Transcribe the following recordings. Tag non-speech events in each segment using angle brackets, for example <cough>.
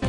蘭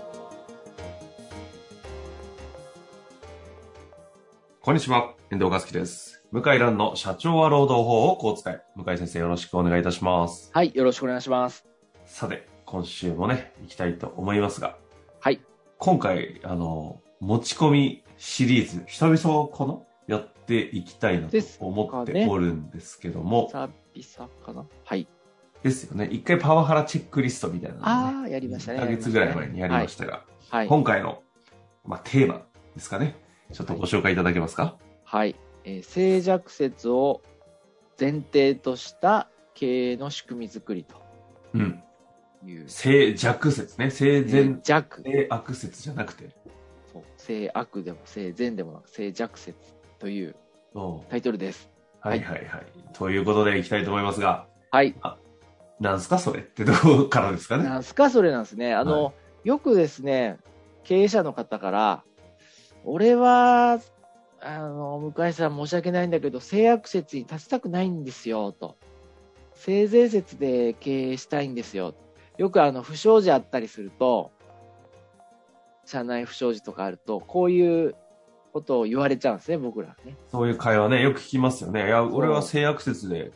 こんにちは、遠藤和樹です。向井蘭の社長は労働法をこう使い。向井先生よろしくお願いいたします。はい、よろしくお願いします。さて、今週もね、行きたいと思いますが、はい。今回、あの、持ち込みシリーズ、久々かなやっていきたいなとです思っかねておるんですけども、久々かなはい。ですよね、一回パワハラチェックリストみたいなのをね、ああ、やりましたね。 1ヶ月ぐらい前にやりましたが、た。はい。はい。今回の、まあ、テーマですかね、ちょっとご紹介いただけますか、はいえー静寂説を前提とした経営の仕組み作りうん。という。性弱説ね、性善静寂。性悪説じゃなくて、そう静悪でも静善でもなく静弱説というおタイトルです。はいはいはい。ということでいきたいと思いますが、はい。なんすかそれってどこからですかね。なんすかそれなんですね。あの、はよくですね、経営者の方から、俺は、あの、向井さん申し訳ないんだけど、制約説に立ちたくないんですよ、と。性善説で経営したいんですよ。よくあの、不祥事あったりすると、社内不祥事とかあると、こういうことを言われちゃうんですね、僕らはね。そういう会話ね、よく聞きますよね。いや、俺は性悪説で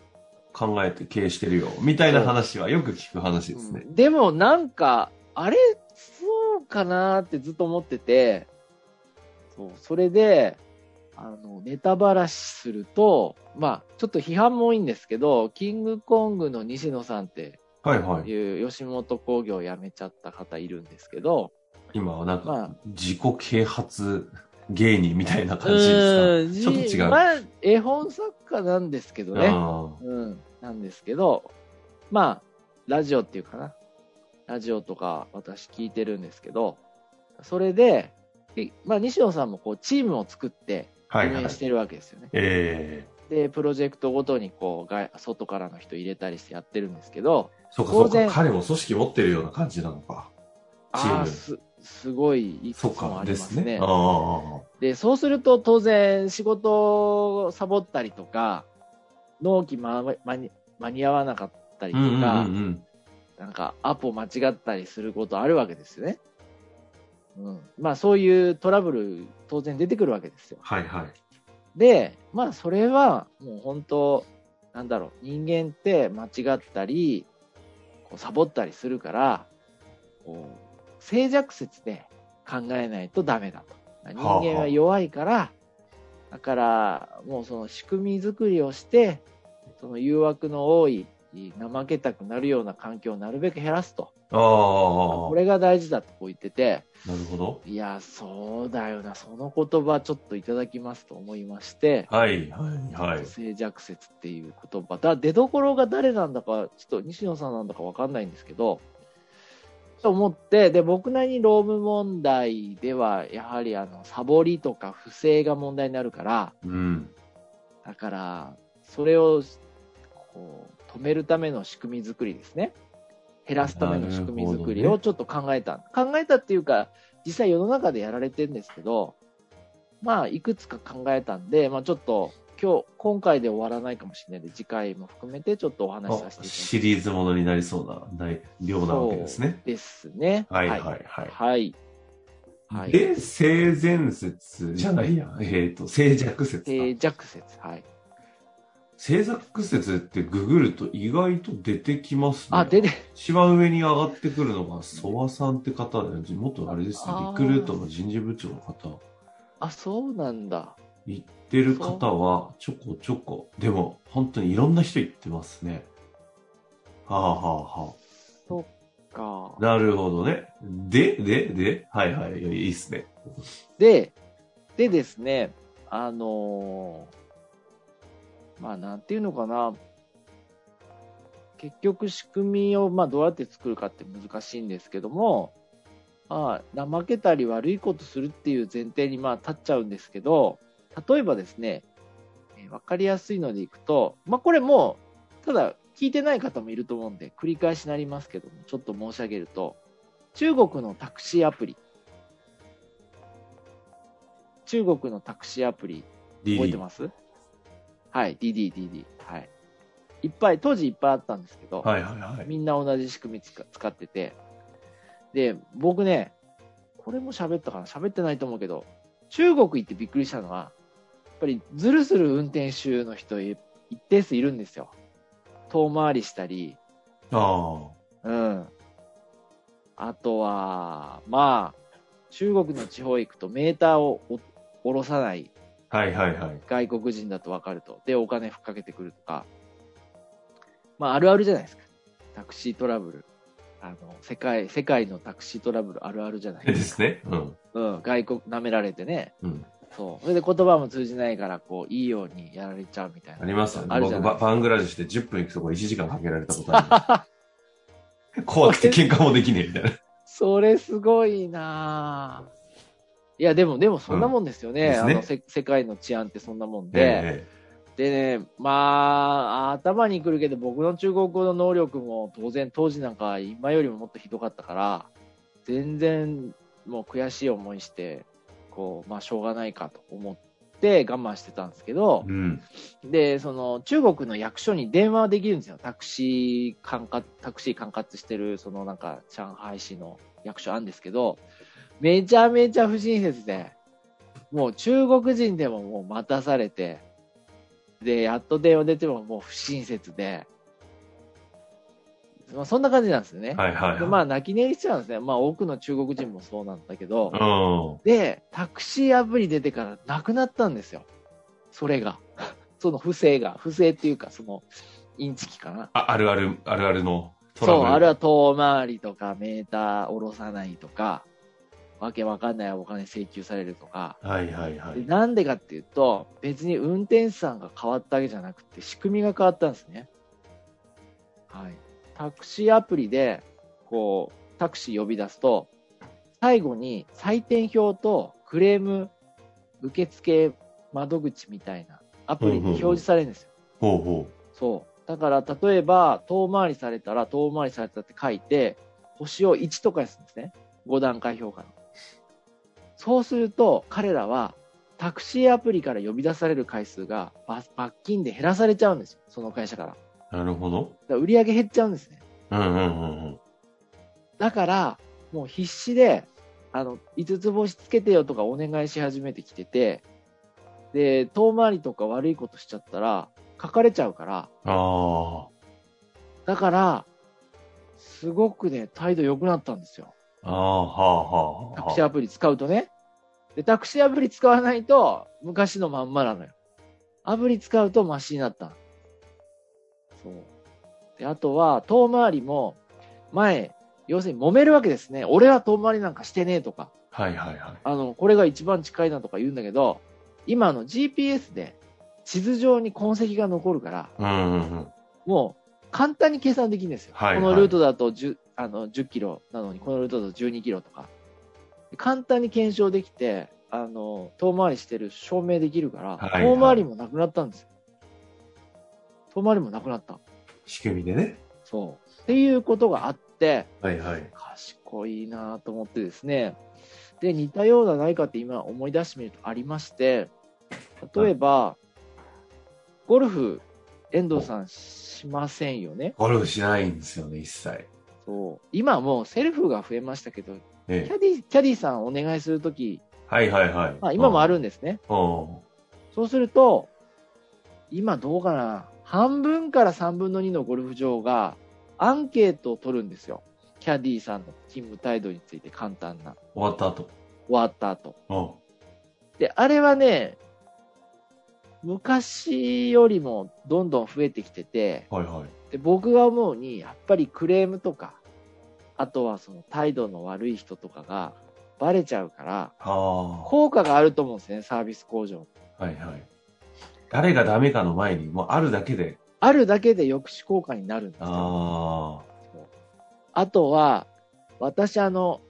考えて経営してるよ。みたいな話はよく聞く話ですねう。んでもなんか、あれ、そうかなってずっと思ってて、そうそれで、あの、ネタばらしすると、まあ、ちょっと批判も多いんですけど、キングコングの西野さんってはいはい。いう吉本興業を辞めちゃった方いるんですけど、今はなんまかあ、自己啓発芸人みたいな感じですうんちょっと違うじまあ、絵本作家なんですけどか。ね。あうん、なんですけど、まあ、ラジオっていうかな。ラジオとか私聞いてるんですけど、それで、でまあ、西野さんもこうチームを作ってあはい運はい営し。てるわけですよね。ええで、プロジェクトごとにこう外外からの人入れたりしてやってるんですけど、そうかそう当か。然彼も組織持ってるような感じなのか。チームあーすすごいいくつそうもかあ。りでますすねね。。ああ。で、そうすると当然仕事をサボったりとか、納期間間に間に合わなかったりとうか、んうんうんうん。なんかアポ間違ったりすることあるわけですよね。うん。まあそういうトラブル当然出てくるわけですよ。はいはい。で、まあそれはもう本当、なんだろう、人間って間違ったり、こうサボったりするから、こう、静弱説で考えないとダメだと。人はあ間は弱いから、だからもうその仕組み作りをして、その誘惑の多い、怠けたくなるような環境をなるべく減らすと。ああ。こなれが大事だとこう言ってて、るほど。いや、そうだよな、その言葉ちょっといただきますと思いまして、はいはいはい。静寂説っていう言葉、だ出どころが誰なんだか、ちょっと西野さんなんだかわかんないんですけど、と思って、で、僕なりに労務問題では、やはりあの、サボりとか不正が問題になるから、うん。だから、それをこう止めるための仕組み作りですね。減らすための仕組み作りなるほどをねちょっと考えた。考えたっていうか、実際世の中でやられてるんですけど、まあ、いくつか考えたんで、まあ、ちょっと今日、今回で終わらないかもしれないんで、次回も含めてちょっとお話しさせていただきシリーズものになりそうな内量なわけですね。ですね。はいはいはい。はい。はい。はい、で、性善説じゃないや。えっ、と、静寂説静か。寂説。はい。静寂説ってググると意外と出てきますね。あ、出て、一番上に上がってくるのが、ソワさんって方で、元あれですね、あリークルートの人事部長の方。あ、そうなんだ。行ってる方は、ちょこちょこ。でも、本当にいろんな人行ってますね。はあはあはあ。そっか。なるほどね。で、で、で、はいはい、いいっすね。で、でですね、あのーまあなんていうのかな、結局仕組みをまあどうやって作るかって難しいんですけども、まあ、怠けたり悪いことするっていう前提にまあ立っちゃうんですけど、例えばですね、え分かりやすいのでいくと、まあ、これもう、ただ聞いてない方もいると思うんで、繰り返しになりますけども、ちょっと申し上げると、中国のタクシーアプリ、中国のタクシーアプリ、覚えてますはい、DD、DD。はい。いっぱい、当時いっぱいあったんですけど、はいはいはい。みんな同じ仕組みつか使ってて。で、僕ね、これも喋ったかな喋ってないと思うけど、中国行ってびっくりしたのは、やっぱりズルする運転手の人い一定数いるんですよ。遠回りしたり、あうん。あとは、まあ、中国の地方行くとメーターをお下ろさないあ。はいはいはい。外国人だと分かると。で、お金ふっかけてくるとか。まあ、あるあるじゃないですか。タクシートラブル。あの、世界、世界のタクシートラブルあるあるじゃないでですか。すね。うん。うん、外国舐められてね。うん。そう。それで言葉も通じないから、こう、いいようにやられちゃうみたいあな。りますよねあ。るじゃ僕、ないババングラデシュで10分行くとこ1時間かけられたことある。 <laughs> 怖くて喧嘩もできねえみ <laughs> たいな。それすごいなぁ。いや、でも、でもそんなもんですよね。うんですねあのせ、世界の治安ってそんなもんで。えでね、まあ、頭にくるけど、僕の中国語の能力も当然、当時なんか今よりももっとひどかったから、全然もう悔しい思いして、こう、まあ、しょうがないかと思って我慢してたんですけえどう、ん。で、その中国の役所に電話できるんですよ。タクシー管轄、タクシー管轄してる、そのなんか上海市の役所あるんですけど、めちゃめちゃ不親切で、もう中国人でももう待たされて、で、やっと電話出てももう不親切で、まあ、そんな感じなんですよね。はいはいではい。まあ泣き寝入りしちゃうんですね。まあ多くの中国人もそうなんだけど、うん。で、タクシーアプリ出てからなくなったんですよ。それが。 <laughs> その不正が。不正っていうか、その、インチキかな。ああるある、あるあるのトラブそル。う、あるは遠回りとか、メーター下ろさないとか、わけわかんないお金請求されるとか。はいはいはでい。なんでかっていうと、別に運転手さんが変わったわけじゃなくて、仕組みが変わったんですね。はい。タクシーアプリで、こう、タクシー呼び出すと、最後に採点表とクレーム受付窓口みたいなアプリに表示されるんですよ。ほうほそう。だから、例えば、遠回りされたら、遠回りされたって書いて、星を1とかにするんですね。5段階評価の。そうすると、彼らは、タクシーアプリから呼び出される回数が、ば罰金で減らされちゃうんですよ。その会社から。だかう。なるほど。ら売り上げ減っちゃうんですね。うんうんうんうん。だから、もう必死で、あの、5つ星つけてよとかお願いし始めてきてて、で、遠回りとか悪いことしちゃったら、書かれちゃうから、あだから、すごくね、態度良くなったんですよ。あ。ああ、はあはあ。タクシーアプリ使うとね。で、タクシーアプリ使わないと、昔のまんまなのよ。アプリ使うとマシになったの。そう。で、あとは、遠回りも、前、要するに揉めるわけですね。俺は遠回りなんかしてねえとか、はいはいはい。あの、これが一番近いなとか言うんだけど、今あの GPS で地図上に痕跡が残るから、うんうんうん。もう簡単に計算できるんですよ。はいこのルートだと 10, あの10キロなのに、このルートだと12キロとか。簡単に検証できて、あの、遠回りしてる証明できるから、はい遠回りもなくなったんですよ。遠回りもなくなった。仕組みでね。そう。っていうことがあって、はいはい。賢いなと思ってですね。で、似たようなないかって今思い出してみるとありまして、例えば、ゴルフ、遠藤さんしませんよね。ゴルフしないんですよね、一切。そう今もうセルフが増えましたけど、キええ。ャディキャディさんお願いするとき、はいはいはい。まあ、今もあるんですね。うん。うん。そうすると、今どうかな、半分から3分の2のゴルフ場がアンケートを取るんですよ。キャディさんの勤務態度について簡単な、終わった後。終わった後。うん。で、あれはね、昔よりもどんどん増えてきてて、はいはい。で僕が思うにやっぱりクレームとかあとはその態度の悪い人とかがバレちゃうからああ。効果があると思うんですねサービス向上はいはい。誰がダメかの前に、もうあるだけで。あるだけで抑止効果になるんですよああ。あとは私あの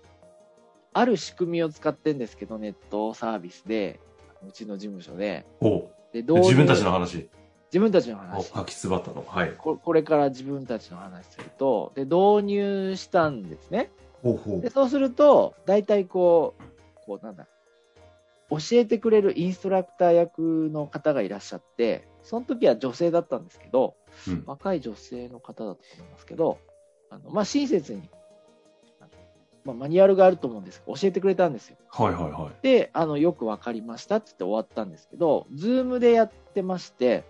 ある仕組みを使ってんですけど、ネットサービスで、うちの事務所で。おで自分たちの。導入話。自分たちのお話。秋つばたの。はい。ここれから自分たちの話すると、で、導入したんですね。ほうほで、そうすると、大体こう、こうなんだ、教えてくれるインストラクター役の方がいらっしゃって、その時は女性だったんですけど、う。うん、若い女性の方だったと思いますけど、あのまあ、親切に、あのまあ、マニュアルがあると思うんですけど、教えてくれたんですよ。はいはいはい。で、あのよくわかりましたって言って終わったんですけど、ズームでやってまして、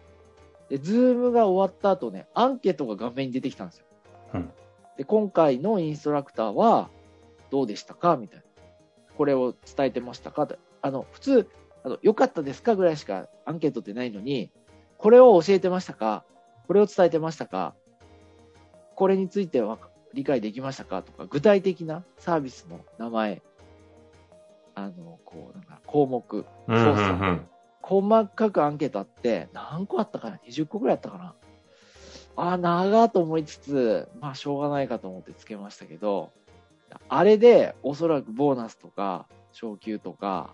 で、ズームが終わった後ね、アンケートが画面に出てきたんですよ。うんで、今回のインストラクターはどうでしたかみたいな。これを伝えてましたかってあの、普通、あの、良かったですかぐらいしかアンケートってないのに、これを教えてましたかこれを伝えてましたかこれについては理解できましたかとか、具体的なサービスの名前、あの、こう、なんか項目、うんうんうん。細かくアンケートあって、何個あったかな ?20 個ぐらいあったかなああ、長ーと思いつつ、まあ、しょうがないかと思ってつけましたけど、あれで、おそらくボーナスとか、昇給とか、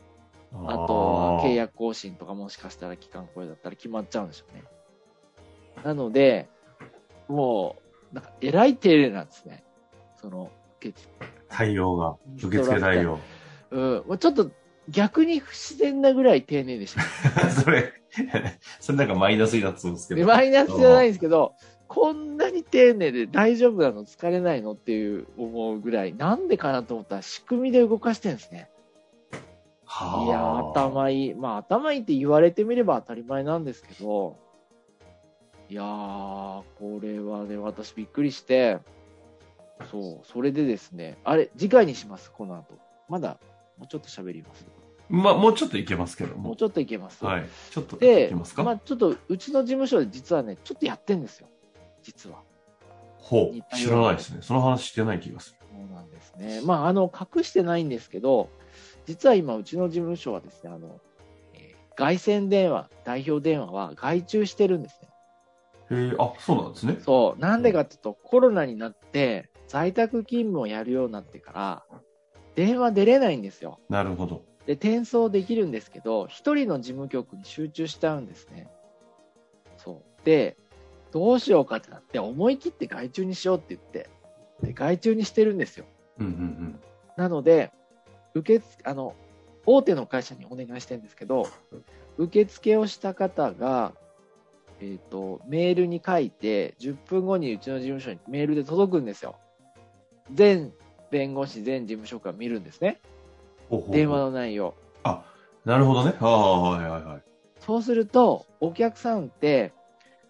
あとは約。契約更新とかもしかしたら期間これだったら決まっちゃうんでしょうね。なので、もう、なんか、えらい丁寧なんですね。その、決対応が。受付対応。うん。まあちょっと、逆に不自然なぐらい丁寧で <laughs> し <laughs> た。それ、それなんかマイナスになってそうですけど。マイナスじゃないんですけど、こんなに丁寧で大丈夫なの疲れないのっていう思うぐらい、なんでかなと思ったら仕組みで動かしてるんですね。はいやー、頭いい。まあ、頭いいって言われてみれば当たり前なんですけど、いやー、これはね、私びっくりして、そう、それでですね、あれ、次回にします、この後。まだ、もうちょっと喋ります。まあ、もうちょっといけますけどもうも。ちょっといけます。はい。ちょっといで、けますか、まあ、ちょっと、うちの事務所で実はね、ちょっとやってんですよ。実は。ほ似う。たよ知うならないですね。その話してない気がする。そうなんですね。まあ、あの、隠してないんですけど、実は今、うちの事務所はですね、あの、えー外線電話、代表電話は外注してるんですね。へえ、あ、そうなんですね。そう。なんでかっていうと、コロナになって、在宅勤務をやるようになってから、電話出れないんですよ。なるほど。で、転送できるんですけど、一人の事務局に集中しちゃうんですね。そう。で、どうしようかってなって、思い切って外注にしようって言って、で、外注にしてるんですよ。うんうんなので、受付、あの、大手の会社にお願いしてるんですけど、受付をした方が、えっ、と、メールに書いて、10分後にうちの事務所にメールで届くんですよ。全弁護士、全事務職が見るんですね。ほうほうほう電話の内容。なるほどね。ああ、はいはいはい。そうすると、お客さんって、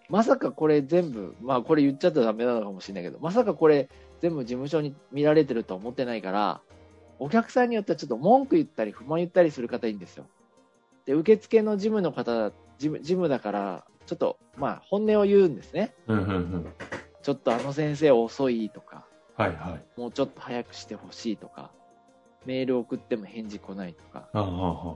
まさかこれ全部、まあこれ言っちゃったらダメなのかもしれないけど、まさかこれ全部事務所に見られてるとは思ってないから、お客さんによってはちょっと文句言ったり不満言ったりする方いいんですよ。で、受付の事務の方、事務事務だから、ちょっと、まあ本音を言うんですね。うんうんうん。ちょっとあの先生遅いとか、はいはい。もうちょっと早くしてほしいとか、メール送っても返事来ないとか、ああ、あ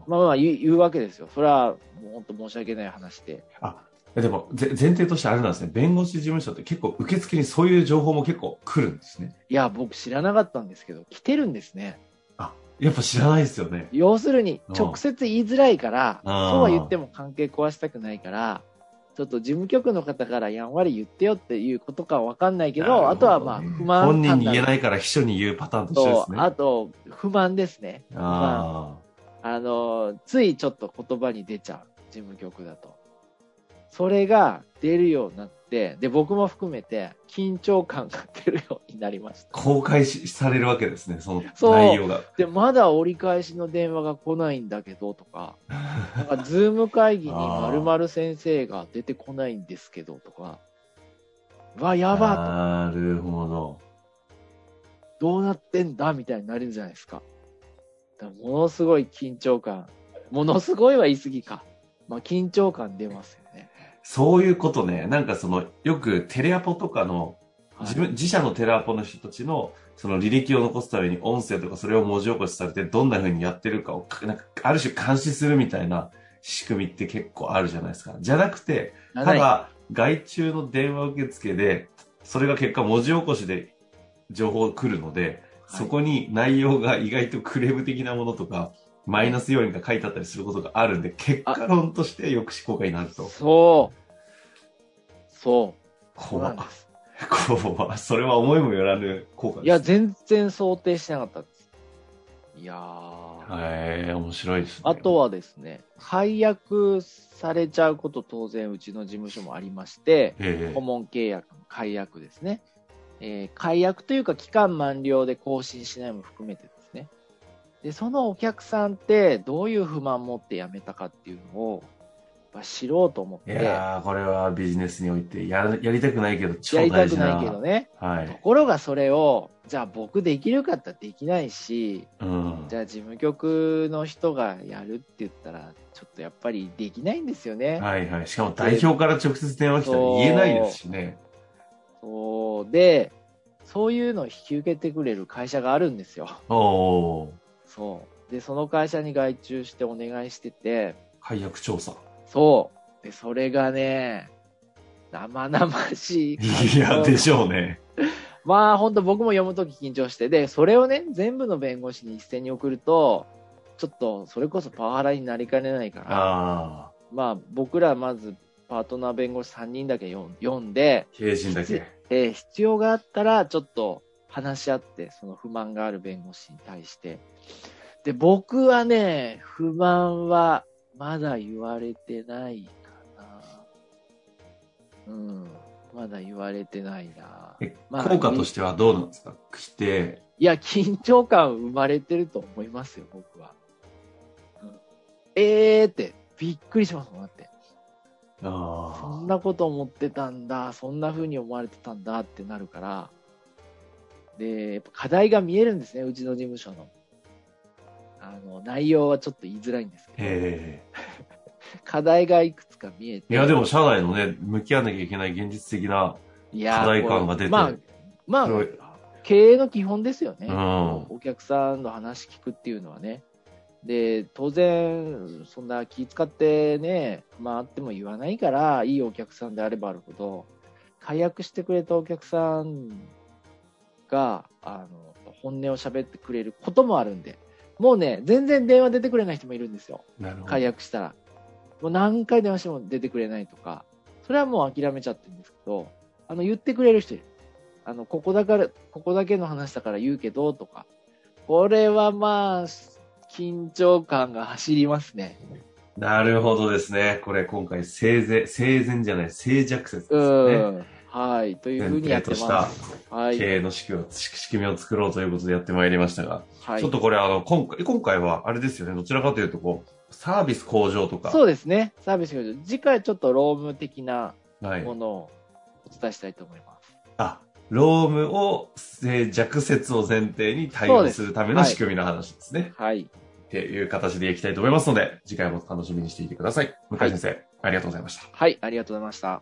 まあまあ言う言うわけですよ。それはもう本当申し訳ない話で。ああ。えでも、ぜ前提としてあれなんですね。弁護士事務所って結構受付にそういう情報も結構来るんですね。いや、僕知らなかったんですけど、来てるんですね。あ、やっぱ知らないですよね。要するにう、ん直接言いづらいから、うそうんは言っても関係壊したくないから、ちょっと事務局の方からやんわり言ってよっていうことかわかんないけど、なるほねあとはまあ、不満本人に言えいないから秘書に言うパターンと一緒でとす、ね。あと、不満ですね。まあああの、ついちょっと言葉に出ちゃう、事務局だと。それが出るようになって、で、僕も含めて、緊張感が出るようになりましたあ、。公開しされるわけですね、そのそう内容が。で、まだ折り返しの電話が来ないんだけどとか、なんかズーム会議にあー〇〇先生が出てこないんですけどとか、うわ、やばなるほど。いどうなってんだみたいになるじゃないですか。だからものすごい緊張感。ものすごいは言い過ぎか。まあ、緊張感出ますよね。そういうことね。なんかその、よくテレアポとかの、はい自分、自社のテレアポの人たちの、その履歴を残すために音声とかそれを文字起こしされて、どんな風にやってるかをか、なんか、ある種監視するみたいな仕組みって結構あるじゃないですか。じゃなくて、なたいだ、外注の電話受付で、それが結果文字起こしで情報が来るので、はいそこに内容が意外とクレーム的なものとか、マイナス要因が書いてあったりすることがあるんで、結果論として抑止効果になると。そう。そう。そう怖なんっで。す。怖っ。 <laughs> それは思いもよらぬ効果です。いや、全然想定してなかったです。いやはー。い、面白いですね。あとはですね、解約されちゃうこと当然うちの事務所もありまして、ええ顧問契約の解約ですね。えー解約というか期間満了で更新しないも含めてですね。で、そのお客さんってどういう不満持って辞めたかっていうのをやっぱ知ろうと思って、いややー、これはビジネスにおいてやら、やりたくないけど、超りた大く事な。ないけどね。はとい。ころがそれを、じゃあ僕できるかって言ったらできないし、うんじ。ゃあ事務局の人がやるって言ったら、ちょっとやっぱりできないんですよね。はいはい。しかも代表から直接電話来たら言えないですしね。そうで、そういうのを引き受けてくれる会社があるんですよ。おおー。そう。で、その会社に外注してお願いしてて、解約調査。そう。で、それがね、生々しい。いや、でしょう <laughs> ね。まあ、本当僕も読むとき緊張して、で、それをね、全部の弁護士に一斉に送ると、ちょっと、それこそパワハラになりかねないから、ああ。まあ、僕らまず、パートナー弁護士3人だけ読ん読んで、経営陣だけ。えー必要があったら、ちょっと話し合って、その不満がある弁護士に対して。で、僕はね、不満はまだ言われてないかな。うん。まだ言われてないな。えまあ効果としてはどうなんですか来て、いや、緊張感生まれてると思いますよ、僕は。うん、えーって、びっくりしますもん、だって。そあんなこと思ってたんだ、そんな風に思われてたんだってなるから、で、やっぱ課題が見えるんですね、うちの事務所の。あの、内容はちょっと言いづらいんですけど、え課題がいくつか見ええいて。や、でも、社内のね、向き合わなきゃいけない現実的な、いや課題感が出てまあ、まあすごい、経営の基本ですよね。うんお客さんの話聞くっていうのはね。で、当然、そんな気使ってね、まああっても言わないから、いいお客さんであればあるほど、解約してくれたお客さんが、あの、本音を喋ってくれることもあるんで、もうね、全然電話出てくれない人もいるんですよ。なるほど。解約したら。もう何回電話しても出てくれないとか、それはもう諦めちゃってるんですけど、あの、言ってくれる人いる。あの、ここだから、ここだけの話だから言うけど、とか。これはまあ、緊張感が走りますね。なるほどですね。これ、今回、生前、生前じゃない、静弱説ですうね。ん。はい。というふう前にや提ってとしまたす。はい。経営の仕組みを仕組みを作ろうということでやってまいりましたが、はいちょっとこれ、あの、今回、今回は、あれですよね、どちらかというと、こう、サービス向上とか、そうですね。サービス表示。次回ちょっとローム的なはい。ものをお伝えしたいと思います。あ、ロームを、えー弱説を前提に対応するための仕組みの話ですね。はい。っていう形でいきたいと思いますので、次回も楽しみにしていてください。向井先生、ありがとうございました。はい。ありがとうございました。